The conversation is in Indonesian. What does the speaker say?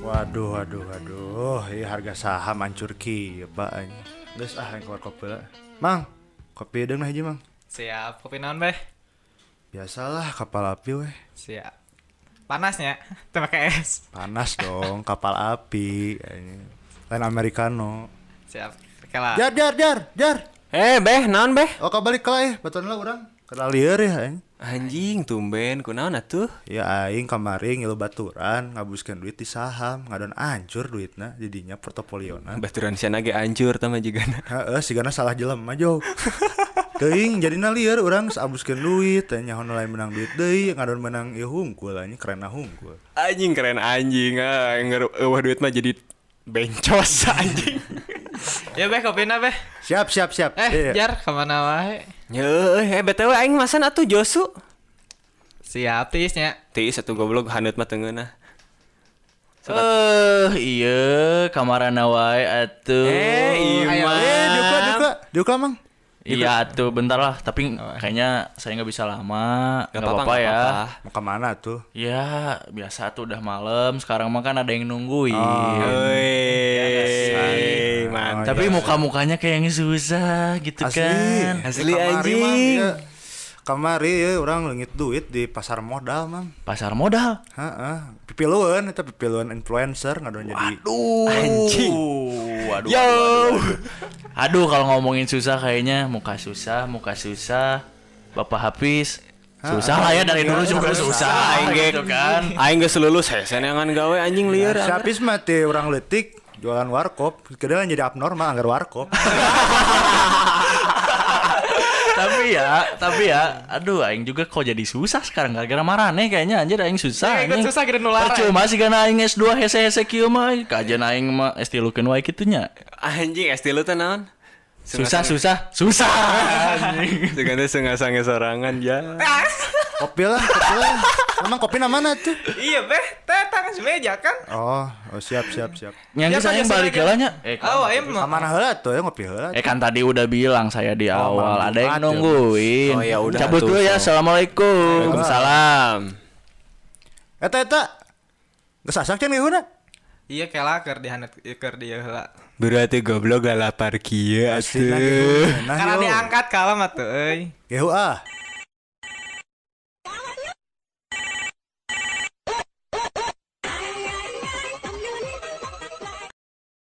Waduh, waduh, waduh. Ini harga saham hancur ki, ya pak. Terus ah, yang keluar kopi lah. Mang, kopi dong aja mang. Siap, kopi naon beh? Biasalah kapal api weh. Siap. Panasnya, teh pakai es. Panas dong kapal api. Lain Americano. Siap. Kala. Ya. Jar, jar, jar, jar. Eh beh, naon beh? Oh kabalik lah ya, batuan lah orang. Kena liar ya. Aing. Anjing, tumben, ku naon atuh? Ya aing kemarin ngilu baturan ngabuskan duit di saham ngadon hancur duitnya jadinya portofolio na. Baturan siana ge ancur tama jigana. Heeh, sigana salah jelema jo. Teuing jadina lieur urang abuskeun duit, teh nyaho nu lain menang duit deui, ngadon menang ieu hungkul anjing karena hungkul. Anjing keren anjing, ah, Ngeru- eueuh duit mah jadi bencos anjing. Ya beh kopina beh. Siap, siap, siap. Eh, Iya, iya. jar kemana wae? Yeuh, eh BTW aing masan atuh Josu. Siap tisnya. Tiis satu goblok haneut mah ah. teungeunah. Eh, iya, kamarana wae atuh. Eh, Eh, Imam. diukla, diukla, diukla, Mang. Iya atuh, bentar lah. Tapi kayaknya saya nggak bisa lama. Nggak apa-apa nggak ya. Mau kemana tuh? Ya, biasa tuh udah malam. Sekarang mah kan ada yang nungguin. Oh. Woi, Oh, iya. mantap. eh, Tapi muka-mukanya kayaknya susah gitu kan. Asli Kamari, anjing. Mang, iya. Kamari ya, orang lengit duit di pasar modal, Mang. Pasar modal. Heeh, pipiluan eta pipiluan influencer ngadon jadi Anjing. Oh. Waduh, Yo. Aduh kalau ngomongin susah kayaknya muka susah, muka susah. Bapak Hafiz susah lah ya dari dulu juga susah, gitu kan. Aing geus lulus hesen yang gawe anjing ah. liar. Siapis mati orang letik jualan warkop, kedengaran jadi abnormal anggar warkop. tapi ya, tapi ya, aduh aing juga kok jadi susah sekarang gara-gara marane kayaknya anjir aing susah. Ya, ikut anjing. susah kira nular, Percuma sih karena aing S2 hese-hese kieu mah kajian aing mah S3 lukeun wae kitu nya. Anjing es tilu teh naon? Susah, susah, susah. anjing. Seganti sengasange sorangan ya. kopi lah, kopi lah. Emang kopi na mana tuh? Iya beh, teh tangan semeja kan? Oh, oh, siap siap siap. Yang Siapa saya yang balik sengaja? heula nya. Eh, Oh, ayo mah. Kemana heula tuh ya ngopi heula. Eh kan tadi udah bilang saya di awal malam ada yang Jumat ya. nungguin. Oh, ya udah Cabut tuh, dulu ya. so. Assalamualaikum. Waalaikumsalam. Eta eta. Geus asak can geuna. Iya kela keur dihanet keur dia heula. Berarti goblok gak lapar kia Sina geuna. Karena diangkat kalah mah tuh euy. Gehu ah.